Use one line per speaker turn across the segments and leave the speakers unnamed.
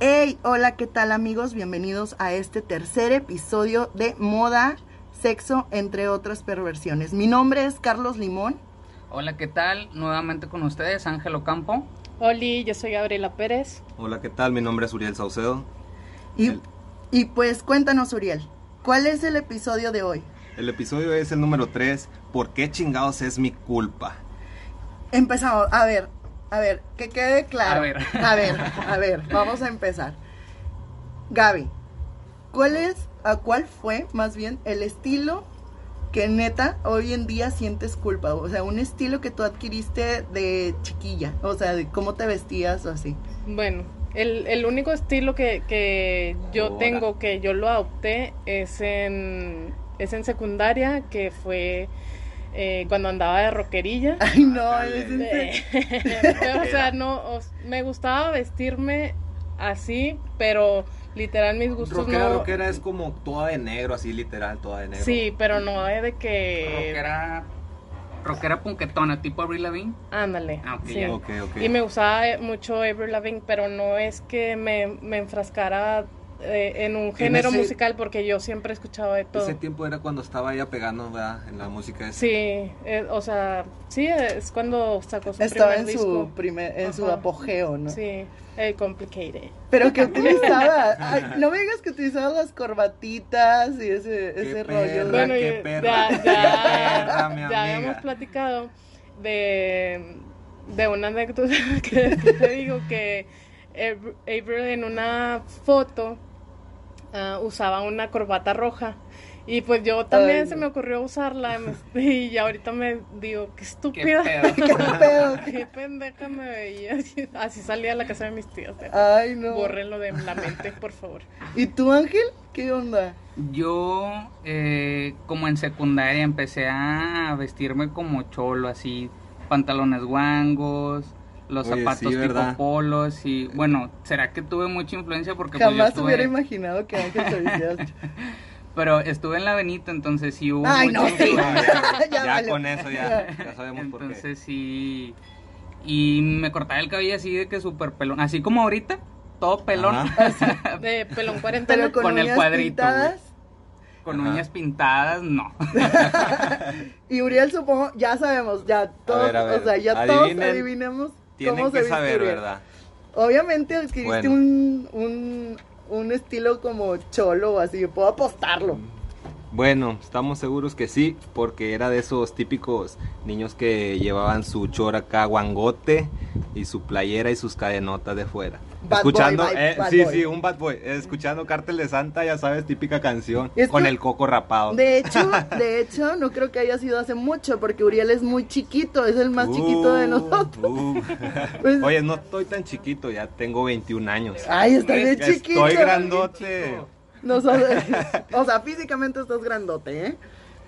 Hey, hola, ¿qué tal amigos? Bienvenidos a este tercer episodio de Moda, Sexo, entre otras perversiones. Mi nombre es Carlos Limón.
Hola, ¿qué tal? Nuevamente con ustedes, Ángelo Campo.
Hola, yo soy Gabriela Pérez.
Hola, ¿qué tal? Mi nombre es Uriel Saucedo.
Y, el... y, pues cuéntanos, Uriel, ¿cuál es el episodio de hoy?
El episodio es el número 3, ¿por qué chingados es mi culpa?
Empezamos, a ver, a ver, que quede claro. A ver, a ver, a ver vamos a empezar. Gaby, ¿cuál es, a cuál fue más bien el estilo que neta hoy en día sientes culpa, o sea, un estilo que tú adquiriste de chiquilla, o sea, de cómo te vestías o así.
Bueno, el, el único estilo que, que yo Hola. tengo, que yo lo adopté, es en, es en secundaria, que fue eh, cuando andaba de roquerilla.
Ay, no,
Ah,
es de,
O sea, no, os, me gustaba vestirme así, pero literal mis gustos
rockera,
no...
Rockera es como toda de negro, así literal, toda de negro.
Sí, pero no es de
Eh,
que...
Rockera... Rockera punquetona, tipo Avril Lavigne.
Ándale. Ah, okay, sí.
okay, okay.
Y me gustaba eh, mucho Avril Lavigne, pero no es que me, me enfrascara eh, en un género en ese, musical porque yo siempre escuchaba de todo.
Ese tiempo era cuando estaba ella pegando ¿verdad? en la música.
Esa. Sí, eh, o sea, sí, es cuando sacó su
estaba
primer
en
disco.
Su primer, en Ajá. su apogeo, ¿no?
Sí, el Complicated.
Pero que utilizaba, ay, no me digas que utilizaba las corbatitas y ese,
qué
ese
perra,
rollo.
Bueno, qué perra, ya, ya,
perra, ya habíamos platicado de, de una anécdota que te digo que... April en una foto uh, usaba una corbata roja y pues yo también Ay, se me ocurrió usarla y ahorita me digo, qué estúpida.
Qué pedo. qué, pedo.
qué pendeja me veía. Así salía a la casa de mis tíos.
Ay, Ah, no.
Bórrenlo de la mente, por favor.
¿Y tú, Ángel? ¿Qué onda?
Yo, eh, como en secundaria, empecé a vestirme como cholo, así, pantalones guangos, los Oye, zapatos sí, tipo polos y bueno, ¿será que tuve mucha influencia? Porque
jamás
pues yo
hubiera imaginado que Ángel se
Pero estuve en la Benito, entonces sí hubo
Ay,
mucha
no,
influencia.
ya, ya vale.
con eso ya, ya sabemos
entonces,
por qué.
Entonces sí, y me cortaba el cabello así de que súper pelón, así como ahorita, todo pelón,
de pelón 40
Pero
con, con el cuadrito.
Pintadas
con Ajá. uñas pintadas, no.
y Uriel supongo, ya sabemos, ya todos, a ver, a ver, o sea, ya adivinen, todos adivinamos
tienen
cómo
que
se
saber,
Uriel.
¿verdad?
Obviamente adquiriste
Bueno.
un, un, un estilo como cholo o así, yo puedo apostarlo.
Bueno, estamos seguros que sí, porque era de esos típicos niños que llevaban su chor acá guangote y su playera y sus cadenotas de fuera.
Bad
escuchando,
boy, bad-
eh,
bad
sí,
boy.
sí, un bad boy, eh, escuchando Cártel de Santa, ya sabes, típica canción
Es
con
que-
el coco rapado.
De hecho, de hecho, no creo que haya sido hace mucho, porque Uriel es muy chiquito, es el más chiquito de
Uh,
nosotros.
uh.
Pues-
Oye, no estoy tan chiquito, ya tengo 21 años.
Ay, está bien
Estoy
Ah, chiquito.
grandote.
Nosotros- o sea, físicamente estás grandote, ¿eh?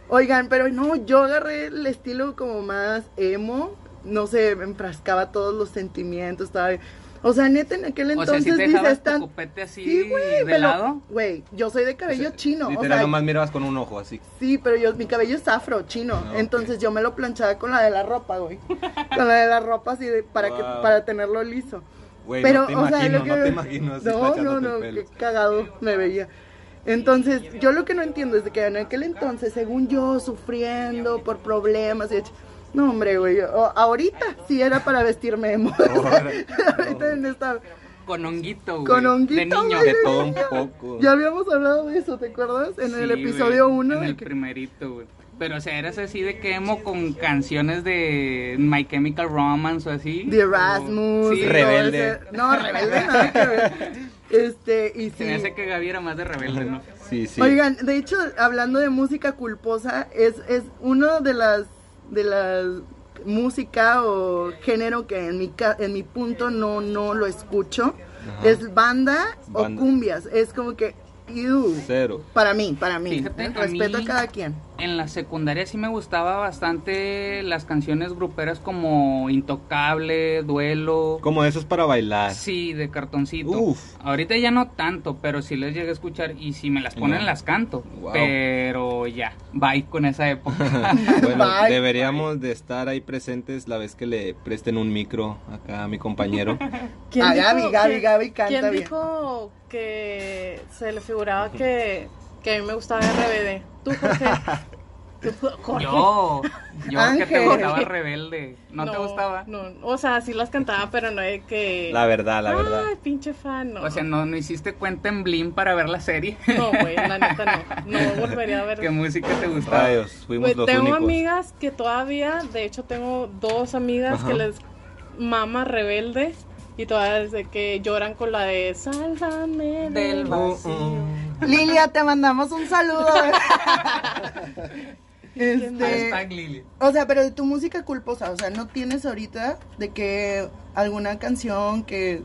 Oigan, pero no, yo agarré el estilo como más emo, no sé, me enfrascaba todos los sentimientos, estaba... O sea, neta, en aquel
O
entonces
sea, si te
dices,
dejabas tu
tan-
copete así
Sí, güey,
de
pero-
lado.
Güey, yo soy de cabello chino, o
Literal,
sea,
nomás mirabas con un ojo así.
sí, pero yo, mi cabello es afro, chino,
Ah, ok.
entonces yo me lo planchaba con la de la ropa, güey, con la de la ropa así de, para, que,
Wow.
para tenerlo liso.
Güey,
Pero,
no te
o
imagino,
sea, lo que...
no te imagino así
No, no,
planchándote
no,
el
qué
pelo.
cagado me veía. Entonces, yo lo que no entiendo es de que en aquel entonces, según yo, sufriendo por problemas y hecho- No, hombre, güey, yo- o- ahorita sí era para vestirme emo. ahorita en esta...
Con honguito, güey.
Con honguito,
De niño.
güey.
De todo un poco.
Ya habíamos hablado de eso, ¿te acuerdas? En el
Sí,
episodio
güey,
1.
En el primerito, güey. Pero, o sea, eras así de que emo con canciones de My Chemical Romance o así.
De Erasmus.
Sí,
y todo
Rebelde.
ese- No, rebelde nada que ver. Este, y sí.
Se me hace que Gaby era más de rebelde, ¿no?
Sí, sí.
Oigan, de hecho, hablando de música culposa, es, es una de las de las música o género que en mi ca- en mi punto no no lo escucho.
Ajá.
Es banda, o
Banda.
cumbias. Es como que, ew.
Cero.
Para mí, para mí.
Fíjate, a
Respeto a,
mí-
cada quien.
En la secundaria sí me gustaba bastante las canciones gruperas como Intocable, Duelo.
Como eso es para bailar.
Sí, de cartoncito.
Uf.
Ahorita ya no tanto, pero sí les llegué a escuchar y si me las ponen
No.
las canto.
Wow.
Pero ya, bye con esa época.
Bueno,
Bye.
deberíamos de estar ahí presentes la vez que le presten un micro acá a mi compañero.
A Ah, Gaby, Gaby,
quién-
Gaby canta
quién
bien.
dijo que se le figuraba que, que a mí me gustaba RBD? Tú, Jorge. Tú, Jorge.
yo, yo que te
Ángel.
gustaba rebelde. ¿No, te gustaba?
No, o sea, sí las cantaba, pero no de que...
La verdad, la verdad.
Ay, pinche fan, no.
O sea, no, no hiciste cuenta en Blim para ver la serie.
No, güey, la neta no. No volvería a ver.
¿Qué música te gustaba?
Rayos, fuimos
Güey,
Pues
los
tengo
únicos.
amigas que todavía, de hecho tengo dos amigas
Ajá.
que les mama rebelde y todavía desde que lloran con la de Sálvame
Del
del
Uh,
vacío.
uh.
Lilia, te mandamos un saludo. este,
Hashtag Lili.
o sea, pero de tu música culposa, o sea, no tienes ahorita de que alguna canción que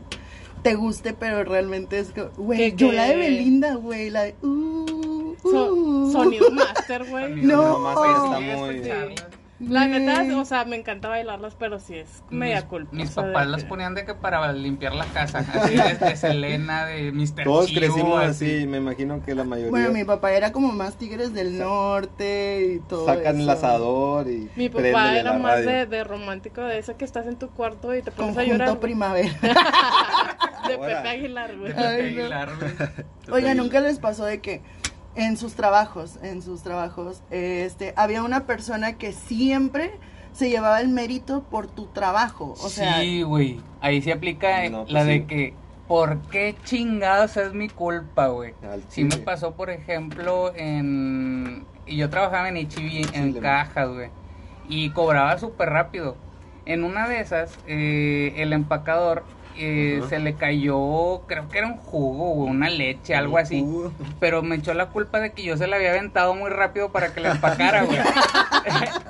te guste, pero realmente es que, güey,
Que-
yo la de
que-
Belinda, güey, la de uh,
So-
uh.
sonido master, güey.
No.
Nomás ella
Sí,
está muy-
escucharlas.
La
Güey.
neta, o sea, me encanta bailarlas, pero sí es media
Mm. Mis-
culpa.
Mis
o sea, de
papás
que-
las ponían de que para limpiar la casa. Así de, de Selena, de Mr.
Todos
Chivo,
crecimos así, me imagino que la mayoría
Bueno, mi papá era como más Tigres del Norte y todo
sacan el
eso.
asador y
Mi papá
préndele
era
la
más
radio.
de, de romántico, de eso que estás en tu cuarto y te pones a llorar.
Conjunto Primavera.
De
Ahora.
Pepe Aguilar, güey.
de Pepe
Ay, no.
Aguilar, güey.
Oiga, nunca les pasó de que en sus trabajos, en sus trabajos, este, había una persona que siempre se llevaba el mérito por tu trabajo. O sea,
sí, güey. Ahí se aplica eh,
No, pues
la de
sí.
que, ¿por qué chingados es mi culpa, güey?
Al
Sí me
chile.
pasó, por ejemplo, en... Y yo trabajaba en HIV en
Chile.
cajas, güey. Y cobraba súper rápido. En una de esas, eh, el empacador eh,
Ajá.
se le cayó, creo que era un jugo, güey, una leche, algo así.
Uh,
Pero me echó la culpa de que yo se la había aventado muy rápido para que la empacara, güey.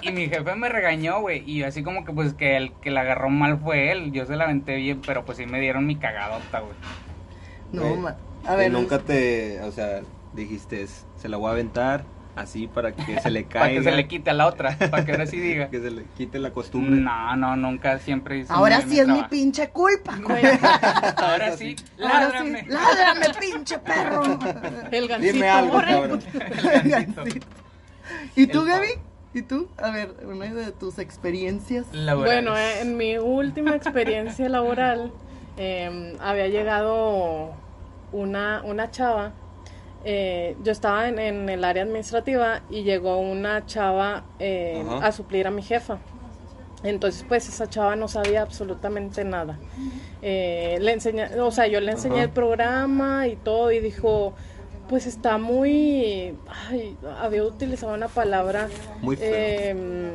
y mi jefe me regañó, güey. Y yo así como que pues que el que la agarró mal fue él. Yo se la aventé bien, pero pues sí me dieron mi cagadota, güey.
no,
Eh,
güey.
ma-
que
a ver,
eh, nunca te, o sea, dijiste, "Es- se la voy a aventar así para que se le
Para
caiga.
que se le quite a la otra, para que ahora sí diga.
que se le quite la costumbre.
No, no, nunca, siempre hice
ahora
muy
sí es
bien
mi
trabajo.
pinche culpa. güey.
Ahora sí,
Ahora sí,
ládrame.
ládrame, pinche perro.
El gancito.
Dime algo,
ahora.
cabrón.
¿Y tú,
El
Gaby? ¿Y tú? A ver, una de tus experiencias.
Laborales.
Bueno, eh, en mi última experiencia laboral eh, había llegado una, una chava. eh, yo estaba en, en el área administrativa y llegó una chava eh,
Ajá.
a suplir a mi jefa. Entonces, pues esa chava no sabía absolutamente nada. Eh, le enseña, o sea, yo le enseñé
Ajá.
el programa y todo y dijo, pues está muy, ay, había utilizado una palabra
Muy feo.
em,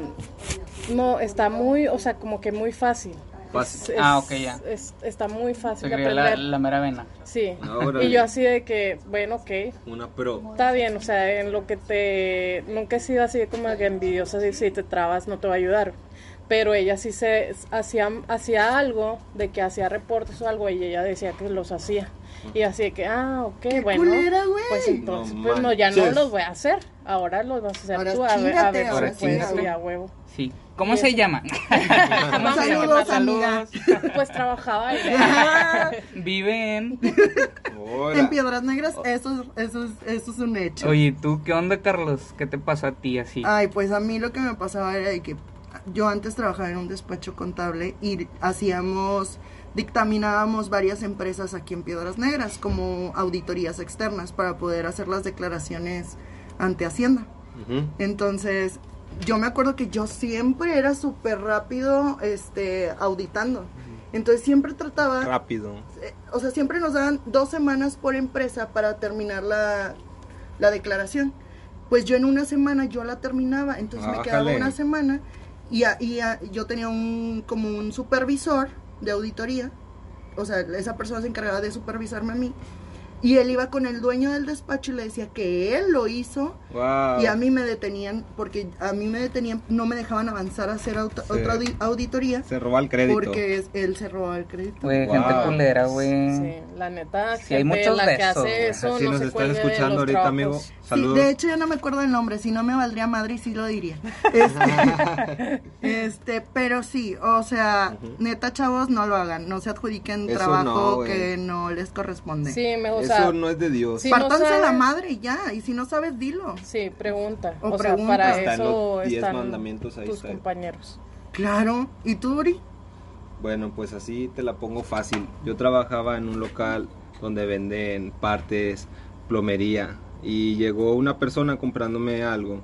no, está muy, o sea, como que muy fácil.
Fácil.
Es- es-
Ah, ok, ya.
es- está muy
se
fácil de
creía la,
aprender.
la mera vena.
Sí.
Ah, Órale.
Y yo así de que, bueno, ok,
Una pro.
está bien, o sea, en lo que te... Nunca he sido así como que envidiosa, así, si te trabas no te va a ayudar. Pero ella sí se hacía, hacía algo, de que hacía reportes o algo, y ella decía que los hacía. Y así de que, ah, ok,
Qué
bueno.
culera, güey.
Pues entonces,
No
pues no, ya no
manches.
los voy a hacer. Ahora los vas a hacer
Ahora
tú. A ver, a
chíngate,
ver, si
ahora
puedes,
chíngate.
sí, a huevo.
Sí. ¿Cómo se llama? ¿Cómo se llama?
Saludos, amiga.
Pues trabajaba ella.
Vive en...
Ahora.
En Piedras Negras, eso, es- eso, es, eso es un hecho.
Oye, ¿tú qué onda, Carlos? ¿Qué te pasó a ti así?
Ay, pues a mí lo que me pasaba era de que yo antes trabajaba en un despacho contable y hacíamos, dictaminábamos varias empresas aquí en Piedras Negras como auditorías externas para poder hacer las declaraciones ante Hacienda.
Ujú.
Entonces, yo me acuerdo que yo siempre era súper rápido este, auditando. Entonces siempre trataba
Rápido.
eh, o sea, siempre nos daban dos semanas por empresa para terminar la, la declaración. Pues yo en una semana yo la terminaba, entonces me quedaba
Ájale.
una semana y, a- y a- yo tenía un, como un supervisor de auditoría, o sea, esa persona se encargaba de supervisarme a mí. Y él iba con el dueño del despacho y le decía que él lo hizo.
Wow.
Y a mí me detenían, porque a mí me detenían, no me dejaban avanzar a hacer auto-
Sí.
otra audi- auditoría.
Se roba el crédito.
Porque es- él se robaba el crédito.
Güey,
Wow.
gente culera, güey.
Sí, la neta,
Sí, hay
gente,
muchos
la
de
que
esos, güey.
hace eso,
si
no
nos
se
estás
cuelgue de
escuchando
los
ahorita, amigo,
trapos.
Sí,
saludos.
de hecho ya no me acuerdo el nombre, si no me valdría madre y sí lo diría. Este, este, pero sí, o sea, neta chavos, no lo hagan, no se adjudiquen
Eso no,
trabajo
güey.
que no les corresponde.
Sí, me, o
Eso
sea,
no es de Dios.
sí. Si no
Partanse la
saben-
madre y ya, y si no sabes, dilo.
sí, pregunta.
O
O, sea,
pregunta.
para
Están
eso
los diez
están
mandamientos, ahí
tus
está.
compañeros.
Claro, ¿y tú, Uri?
Bueno, pues así te la pongo fácil. Yo trabajaba en un local donde venden partes, plomería, y llegó una persona comprándome algo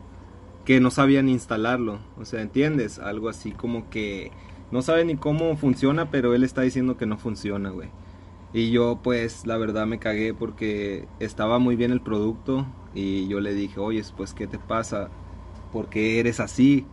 que no sabían instalarlo. O sea, ¿entiendes? Algo así como que no sabe ni cómo funciona, pero él está diciendo que no funciona, güey. Y yo pues la verdad me cagué porque estaba muy bien el producto y yo le dije, oye, pues ¿qué te pasa? ¿Por qué eres así?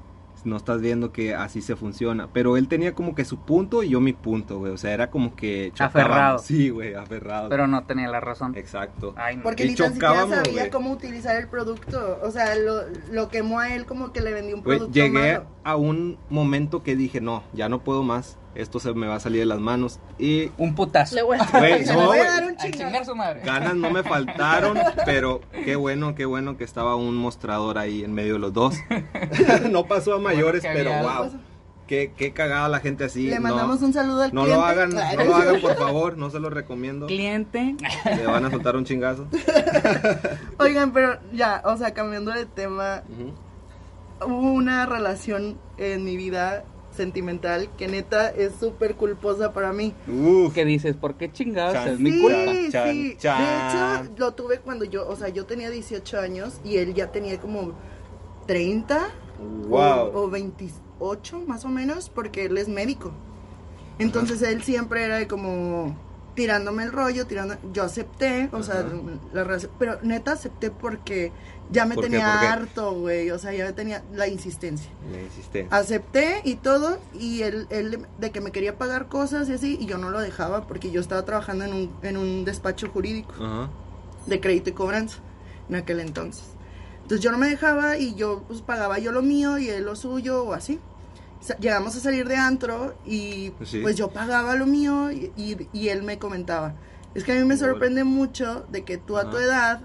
No estás viendo que así se funciona. Pero él tenía como que su punto y yo mi punto, güey. O sea, era como que... chocábamos.
Aferrado.
Sí, güey, aferrado.
Pero no Ah, tenía la razón.
Exacto.
Ay, no.
Porque
Y
ni tan siquiera
chocábamos,
sabía
güey.
cómo utilizar el producto. O sea, lo, lo quemó a él como que le vendió un
Güey,
producto
llegué
malo.
a un momento que dije, no, ya no puedo más. Esto se me va a salir de las manos. Y...
Un putazo.
Le voy a-
Güey,
Se
no,
lo voy a
güey.
dar un
A chingar
chingazo.
su madre.
Ganas no me faltaron, pero qué bueno, qué bueno que estaba un mostrador ahí en medio de los dos. no pasó a mayores,
Bueno, que
pero
había-
wow. Qué, qué cagada la gente así.
Le
no,
mandamos un saludo al
no
cliente.
lo hagan, no
Claro.
lo hagan, por favor, no se lo recomiendo.
Cliente.
Le van a soltar un chingazo.
Oigan, pero ya, o sea, cambiando de tema,
Ujú.
hubo una relación en mi vida sentimental que neta es súper culposa para mí.
Uf,
¿Qué dices? ¿Por qué chingados?
Chance.
Es mi
sí,
culpa.
sí.
Chan,
De
chan.
hecho, lo tuve cuando yo, o sea, yo tenía 18 años y él ya tenía como 30 Uh,
Wow.
o, o 28 más o menos, porque él es médico. Entonces él siempre era de como tirándome el rollo, tirando. Yo acepté, o sea,
Ajá.
la relación, pero neta acepté porque ya me
¿Por qué?
tenía
¿Por qué?
harto, güey, o sea, ya me tenía la insistencia
La
Ah.
insistencia.
acepté y todo y él, él de que me quería pagar cosas y así y yo no lo dejaba porque yo estaba trabajando en un, en un despacho jurídico
Ajá.
de crédito y cobranza en aquel entonces. Entonces yo no me dejaba y yo pues pagaba yo lo mío y él lo suyo o así. Sa- Llegamos a salir de antro y
Sí.
pues yo pagaba lo mío y, y- y él me comentaba. Es que a mí me
Órale.
sorprende mucho de que tú a tu
Ajá.
edad,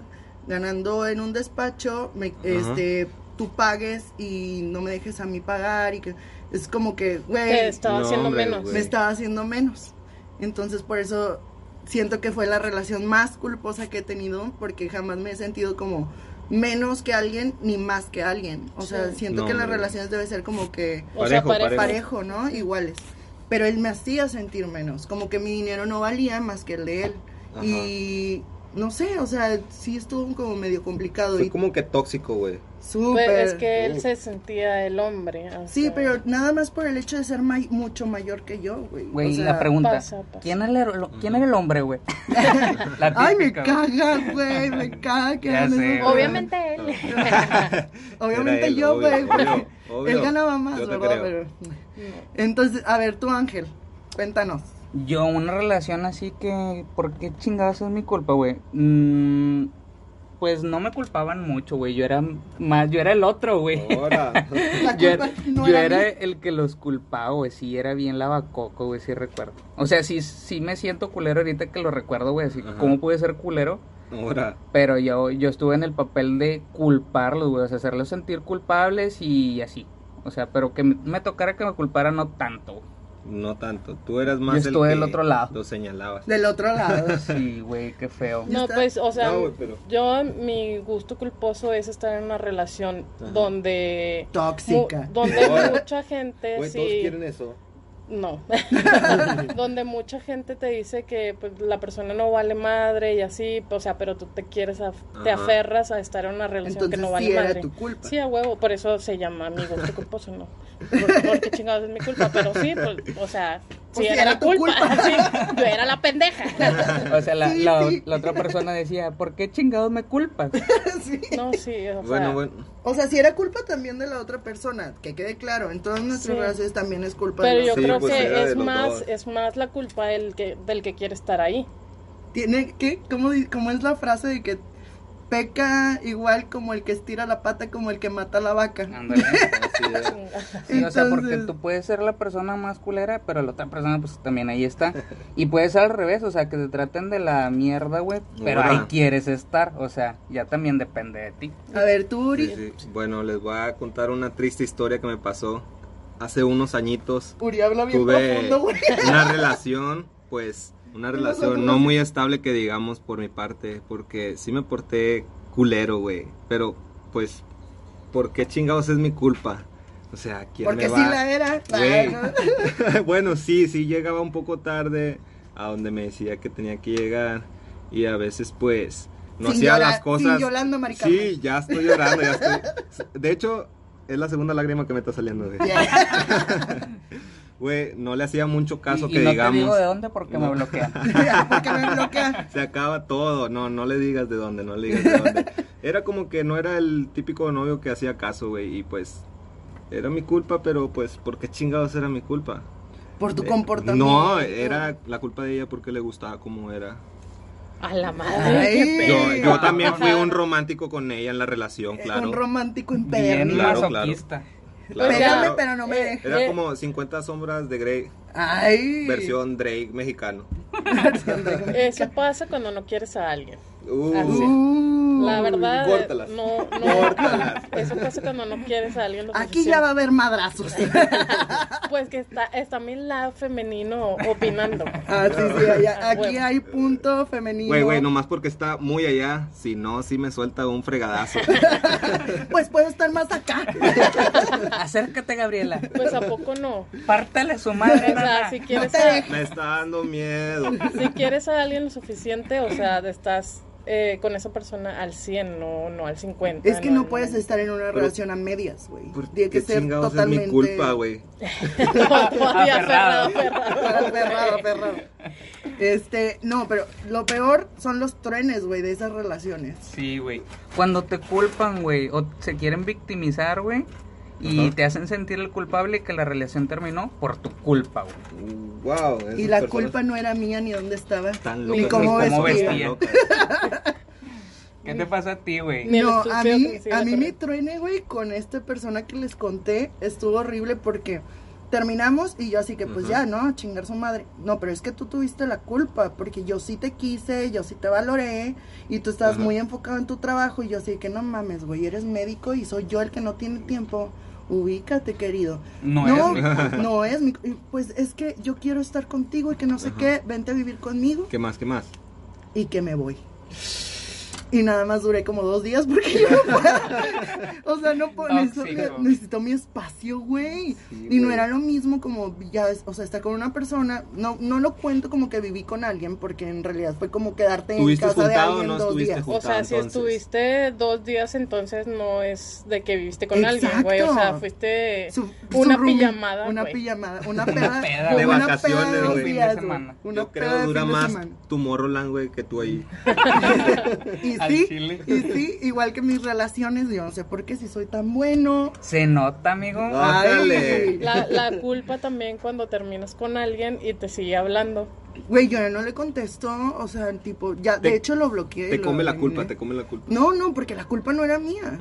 ganando en un despacho, me, este, tú pagues y no me dejes a mí pagar y que es como que,
Te
güey,
estaba
No,
haciendo
hombre,
menos.
güey.
me estaba haciendo menos. Entonces por eso siento que fue la relación más culposa que he tenido porque jamás me he sentido como menos que alguien ni más que alguien. O sea,
Sí.
siento
No,
que en las
hombre.
relaciones debe ser como que
O sea,
Parejo,
parece-
parejo, ¿no? Iguales. Pero él me hacía sentir menos, como que mi dinero no valía más que el de él.
Ajá.
Y no sé, o sea, sí estuvo como medio complicado
Fue
y
como que tóxico, güey.
Pues,
súper.
es que él se sentía el hombre. o
Sí,
sea,
pero nada más por el hecho de ser may- mucho mayor que yo, güey. O
Güey,
sea,
la pregunta.
pasa, pasa.
¿Quién, era el, lo- quién era el hombre, güey? La
Ay, me
típica, güey.
caga, güey, me caga que
Ya
hagan
sé,
eso.
güey.
Ah,
Obviamente él.
Obviamente
Era él,
yo,
obvio,
güey.
obvio, obvio.
Él ganaba más,
Yo te
¿verdad?
creo.
Pero- Entonces, a ver, tú, Ángel, cuéntanos.
Yo, una relación así que, ¿por qué chingados es mi culpa, güey? Mm, pues no me culpaban mucho, güey. Yo era más, yo era el otro, güey.
Ahora.
La
Yo
culpa
era,
no
yo
era,
era
mía.
el que los culpaba, güey. Sí, era bien lavacoco, güey, sí recuerdo. O sea, sí, sí me siento culero ahorita que lo recuerdo, güey. así,
Ajá.
¿Cómo pude ser culero?
Ahora.
Pero yo, yo estuve en el papel de culparlos, güey. O sea, hacerlos sentir culpables y así. O sea, pero que me, me tocara que me culpara no tanto, güey.
No tanto. Tú eras
Yo
más el
estuve
que
del otro lado.
Lo señalabas.
del otro lado.
Sí, güey, qué feo.
Ya
No,
está.
pues, o sea,
No, güey, pero-
yo, mi gusto culposo es estar en una relación
Ajá.
donde.
Tóxica.
mu- donde
Ahora.
mucha gente.
Güey,
sí,
todos quieren eso.
No. donde mucha gente te dice que pues, la persona no vale madre y así, o sea, pero tú te quieres, a- te
Ajá.
aferras a estar en una relación que
Entonces
no vale
sí era
madre.
tu culpa.
Sí, a huevo, por eso se llama amigo, tu culposo no. Por- Porque chingados es mi culpa, pero sí, pues, o sea, sí
Pues sí,
era,
era
mi
tu
culpa.
culpa.
sí, yo era la pendeja.
O sea, la,
Sí,
la-
sí.
la otra persona decía, ¿por qué chingados me culpas?
Sí.
No, sí, o sea,
Bueno, bueno.
O sea, si era culpa también de la otra persona, que quede claro. En todas nuestras
Sí.
relaciones también es culpa
pero
de
yo
Sí,
nosotros.
creo
pues, era
que
de
es
los
más
dos.
es más la culpa del que del que quiere estar ahí.
tiene que, ¿Cómo, ¿cómo, es la frase de que peca igual como el que estira la pata, como el que mata a la vaca? Andale,
Ah, sí, Entonces... o sea, porque tú puedes ser la persona más culera, pero la otra persona pues también ahí está. Y puede ser al revés, o sea, que te traten de la mierda, güey, pero Hola. ahí quieres estar, o sea, ya también depende de ti.
A ver, tú, Uri.
Sí, sí. Bueno, les voy a contar una triste historia que me pasó hace unos añitos.
Uri habla bien tuve profundo, güey.
Una relación, pues una relación no muy estable que digamos por mi parte, porque sí me porté culero, güey. Pero, pues, ¿por qué chingados es mi culpa? O sea, ¿quién
porque
me
va? sí la era. Ah,
Güey. bueno, sí, sí llegaba un poco tarde a donde me decía que tenía que llegar. Y a veces, pues, no
sin
hacía
llora,
las cosas.
Sin llorando, maricón.
Sí, ya estoy llorando, ya estoy. De hecho, es la segunda lágrima que me está saliendo, güey. Yeah. Güey, no le hacía mucho caso
y,
que
y no
digamos.
Te digo de dónde porque no. me bloquea.
porque me bloquea.
Se acaba todo. No, no le digas de dónde, no le digas de dónde. Era como que no era el típico novio que hacía caso, güey. Y pues, era mi culpa, pero pues, ¿por qué chingados era mi culpa?
Por tu eh, comportamiento.
No, era la culpa de ella porque le gustaba como era.
A la madre. Ay,
yo, yo, también fui un romántico con ella en la relación, claro.
Eh, Un romántico empedernido.
Claro, claro.
Claro, Pégame, claro. pero eh, no
Eh.
me dejes.
Era como 50 sombras de Grey.
Ay.
Versión Drake mexicano.
Eso pasa cuando no quieres a alguien.
Uh,
la verdad,
córtalas.
no, no córtalas. eso pasa cuando no quieres a alguien.
Aquí ya va a haber madrazos.
pues que está, está mi lado femenino opinando.
Ah, sí, sí, allá, aquí bueno. hay punto femenino.
Güey, güey, nomás porque está muy allá, si no, sí me suelta un fregadazo.
pues puedo estar más acá.
Acércate, Gabriela.
Pues a poco no.
Pártale su madre.
O sea, si quieres
no a... Me está dando miedo.
Si quieres a alguien lo suficiente, o sea, estás eh, con esa persona al 100, no, no al 50.
Es que no, no puedes no. estar en una Pero, relación a medias, güey. pues, Tiene que ser totalmente.
Pues, Es mi culpa, güey.
aferrado,
aferrado. aferrado, Este, no, pero lo peor son los truenes, güey, de esas relaciones.
Sí, güey. Cuando te culpan, güey, o se quieren victimizar, güey, y uh -huh. te hacen sentir el culpable que la relación terminó por tu culpa, güey.
Wow,
y la culpa no era mía ni dónde estaba.
Tan
loca, ni cómo,
ni cómo
vestía.
Tan loca. ¿Qué te pasa a ti, güey?
No, a mí, a mí mi truene, güey, con esta persona que les conté, estuvo horrible porque terminamos y yo así que pues uh -huh. ya, ¿no? Chingar su madre. No, pero es que tú tuviste la culpa porque yo sí te quise, yo sí te valoré y tú estabas uh -huh. muy enfocado en tu trabajo y yo así que no mames, güey, eres médico y soy yo el que no tiene tiempo ubícate querido.
No, no,
es mi... no es mi... Pues es que yo quiero estar contigo y que no sé Ajá. qué, vente a vivir conmigo.
¿Qué más, qué más?
Y que me voy. Y nada más duré como dos días porque yo no puedo. o sea, no
Ah,
puedo. Necesito, necesito, mi espacio, güey. Sí, y no güey. era lo mismo como ya, o sea, estar con una persona. No, no lo cuento como que viví con alguien porque en realidad fue como quedarte en casa
juntado,
de alguien
no
dos días.
Juntado,
o sea, si
entonces.
estuviste dos días, entonces no es de que viviste con Exacto. alguien, güey. O sea, fuiste su, una, su pijamada,
una
güey.
pijamada. Una pijamada. Una
peda. de
una
vacaciones,
peda
de
días,
de semana. Una Yo creo dura más tu Morroland, güey, que tú ahí.
y sí, y sí, igual que mis relaciones, yo no sé por qué si soy tan bueno.
Se nota, amigo.
Dale.
La, la, culpa también cuando terminas con alguien y te sigue hablando.
Güey, yo no le contesto, o sea, tipo, ya, te, de hecho lo bloqueé.
Te
lo
come la culpa, te come la culpa.
No, no, porque la culpa no era mía.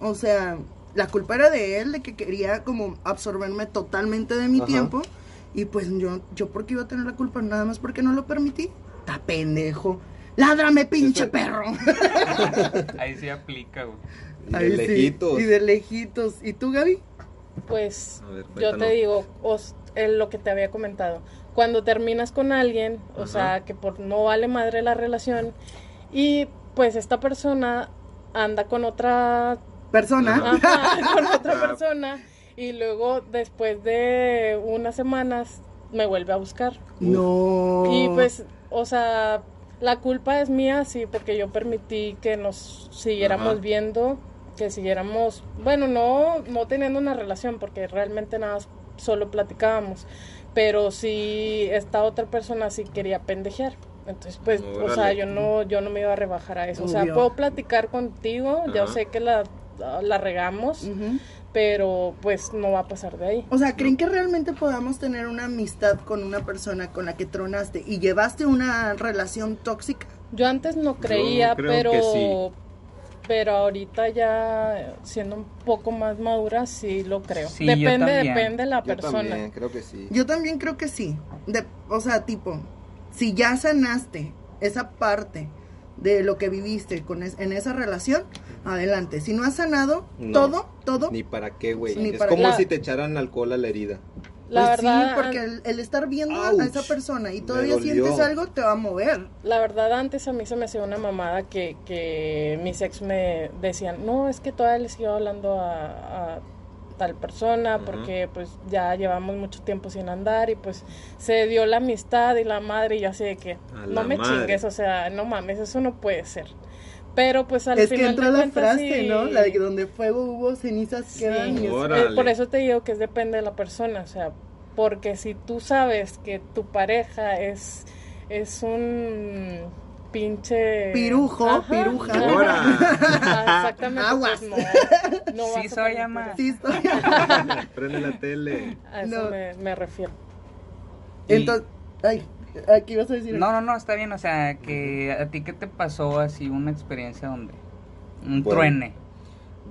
O sea, la culpa era de él, de que quería como absorberme totalmente de mi Ajá. tiempo. Y pues yo, yo porque iba a tener la culpa nada más porque no lo permití. Está pendejo. Ládrame, pinche Eso... perro.
Ahí se aplica, güey.
Y de Ahí lejitos.
Sí. Y de lejitos. ¿Y tú, Gaby?
Pues ver, yo te digo, os, eh, lo que te había comentado. Cuando terminas con alguien, o uh -huh. sea, que por no vale madre la relación, y pues esta persona anda con otra
persona.
Ajá, con otra persona. Y luego, después de unas semanas, me vuelve a buscar.
No.
Y pues, o sea, la culpa es mía, sí, porque yo permití que nos siguiéramos Ajá. viendo, que siguiéramos, bueno, no, no teniendo una relación, porque realmente nada, solo platicábamos, pero sí, esta otra persona sí quería pendejear. Entonces, pues, Órale. o sea, yo no, yo no me iba a rebajar a eso. Obvio. O sea, puedo platicar contigo, Ajá. yo sé que la la regamos,
Ujú.
pero pues no va a pasar de ahí.
O sea, ¿creen que realmente podamos tener una amistad con una persona con la que tronaste y llevaste una relación tóxica?
Yo antes no creía,
creo
pero
que sí.
pero ahorita ya eh, siendo un poco más madura sí lo creo.
Sí, yo
depende
también.
depende de la
Yo
persona.
también, creo que sí.
Yo también creo que sí. De- o sea, tipo, si ya sanaste esa parte de lo que viviste con es- en esa relación, adelante. Si no has sanado
No.
todo, todo,
Ni para qué,
Ni
güey. Es
para
como
qué.
si te echaran alcohol a la herida.
La
pues
verdad
sí, porque el, el estar viendo a
Ouch.
esa persona y
Me
todavía
dolió.
sientes algo, te va a mover.
La verdad, antes a mí se me hacía una mamada que, que mis ex me decían, no, es que todavía le sigo hablando a, a tal persona
Ujú.
porque pues ya llevamos mucho tiempo sin andar y pues se dio la amistad y la madre y yo así de que no
A la
me
madre.
chingues, o sea, no mames, eso no puede ser. Pero pues al
es que
final
entra
de
la
cuentas,
frase,
sí,
¿no? La de que donde fuego hubo, cenizas
sí.
quedan. y es-
Ahora.
Eh, Por
Órale.
eso te digo que es depende de la persona, o sea, porque si tú sabes que tu pareja es, es un pinche...
Pirujo, piruja.
Ahora,
Ah, Exactamente.
Aguas.
pues no, no
Sí
vas a
soy
permitir
ama.
Sí, estoy-
prende la tele.
A eso
No.
me, me refiero.
Y-
Entonces, ay, aquí vas a decir.
No, no, no, está bien, o sea, que a ti qué te pasó así una experiencia donde un
Pues,
Bueno.
truene.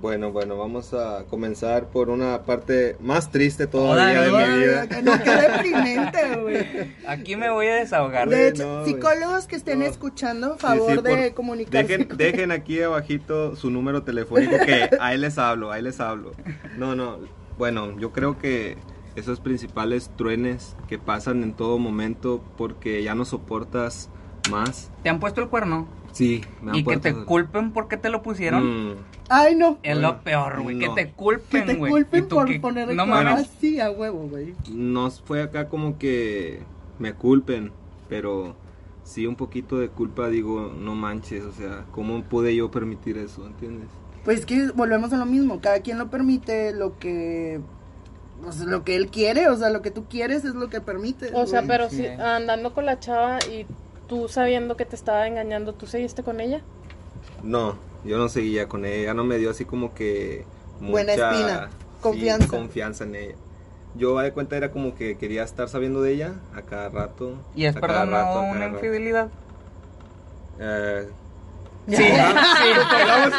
Bueno, bueno, vamos a comenzar por una parte más triste
Hola,
todavía de
hola,
mi
Ay,
vida.
acá no, qué deprimente, güey.
Aquí me voy a desahogar.
De
Güey,
hecho,
no, güey.
psicólogos que estén
No.
escuchando,
Sí,
favor
sí,
de
por-
comunicarse.
Dejen,
con-
dejen aquí abajito su número telefónico que ahí les hablo, ahí les hablo. No, no, bueno, yo creo que esos principales truenes que pasan en todo momento porque ya no soportas más.
¿Te han puesto el cuerno?
Sí, me han
Y que
puesto-
te culpen porque te lo pusieron.
Mm,
Ay, no.
Es
Bueno,
lo peor, güey.
no.
Que te
Que te
culpen, güey.
culpen
Y tú
por
que-
poner el
No
cuerno
mames.
así a huevo, güey.
no fue acá como que me culpen, pero sí un poquito de culpa digo, no manches, o sea, ¿cómo pude yo permitir eso? ¿Entiendes?
Pues que volvemos a lo mismo, cada quien lo permite lo que pues, lo que él quiere, o sea, lo que tú quieres es lo que permite.
O sea,
güey.
pero
sí.
si andando con la chava y tú sabiendo que te estaba engañando, ¿tú seguiste con ella?
No, yo no seguía con ella, ya no me dio así como que
Buena
mucha-
espina,
sí,
confianza.
confianza en ella. Yo a de cuenta era como que quería estar sabiendo de ella a cada rato.
Y es
a cada rato,
perdonado
a
una
cada rato.
infidelidad.
Eh,
Sí, sí.
digamos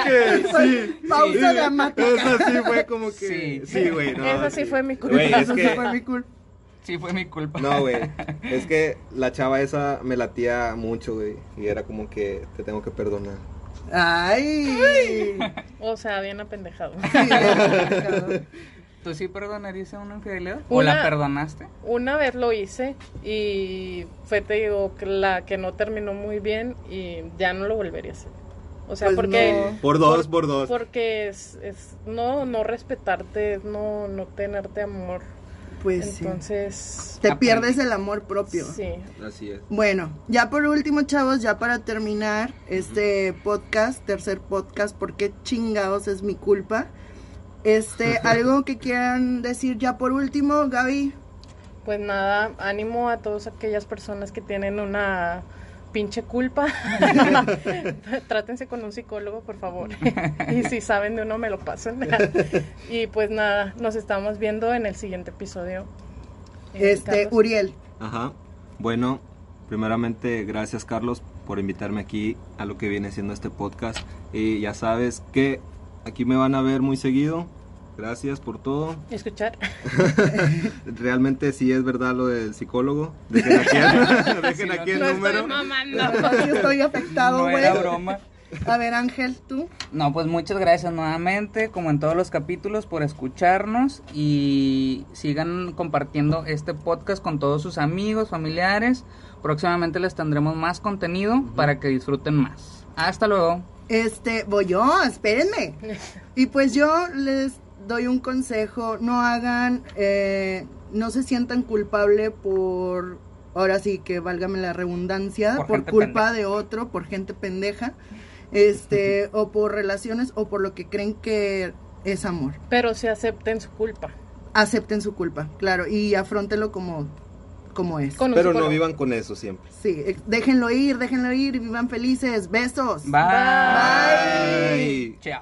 que sí.
Pausa
sí,
dramática.
Eso sí fue como que
Sí.
sí, güey, no,
Esa sí fue mi culpa.
Güey, es
Eso sí
que-
fue mi culpa.
Sí, fue mi culpa.
No, güey. Es que la chava esa me latía mucho, güey. Y era como que te tengo que perdonar.
Ay.
O sea, bien apendejado.
¿Tú sí perdonarías a una infidelidad? ¿O
Una-
la perdonaste?
Una vez lo hice y fue, te digo, que la que no terminó muy bien y ya no lo volvería a hacer. O sea,
Pues
porque...
no.
Por dos, por dos.
Porque es, es no, no respetarte, es no, no tenerte amor.
Pues sí.
Entonces,
Te
Aprendí.
pierdes el amor propio.
sí.
Así es.
Bueno, ya por último, chavos, ya para terminar este podcast, tercer podcast, ¿por qué chingados es mi culpa? Este, algo que quieran decir ya por último, Gaby.
Pues nada, ánimo a todas aquellas personas que tienen una pinche culpa. Trátense con un psicólogo, por favor. y si saben de uno, me lo pasan. y pues nada, nos estamos viendo en el siguiente episodio. Eh,
Este,
Carlos.
Uriel.
Ajá. Bueno, primeramente, gracias, Carlos, por invitarme aquí a lo que viene siendo este podcast. Y ya sabes que aquí me van a ver muy seguido. Gracias por todo.
Escuchar.
Realmente sí es verdad lo del psicólogo. Dejen aquí el, dejen aquí el
No
número.
estoy mamando.
Yo estoy afectado,
No
güey.
era broma.
A ver, Ángel, tú.
No, pues muchas gracias nuevamente, como en todos los capítulos, por escucharnos y sigan compartiendo este podcast con todos sus amigos, familiares. Próximamente les tendremos más contenido para que disfruten más. Hasta luego.
Este, voy yo, espérenme. Y pues yo les doy un consejo, no hagan, eh, no se sientan culpable por, ahora sí que válgame la redundancia,
Por
por,
gente
culpa
pendeja.
de otro, por gente pendeja, este, o por relaciones, o por lo que creen que es amor.
Pero si acepten su culpa.
Acepten su culpa, claro, y afrontenlo como, como es.
Con un
Pero no
psicólogo.
vivan con eso siempre.
Sí, eh, déjenlo ir, déjenlo ir y vivan felices. Besos.
Bye.
Bye.
Chao.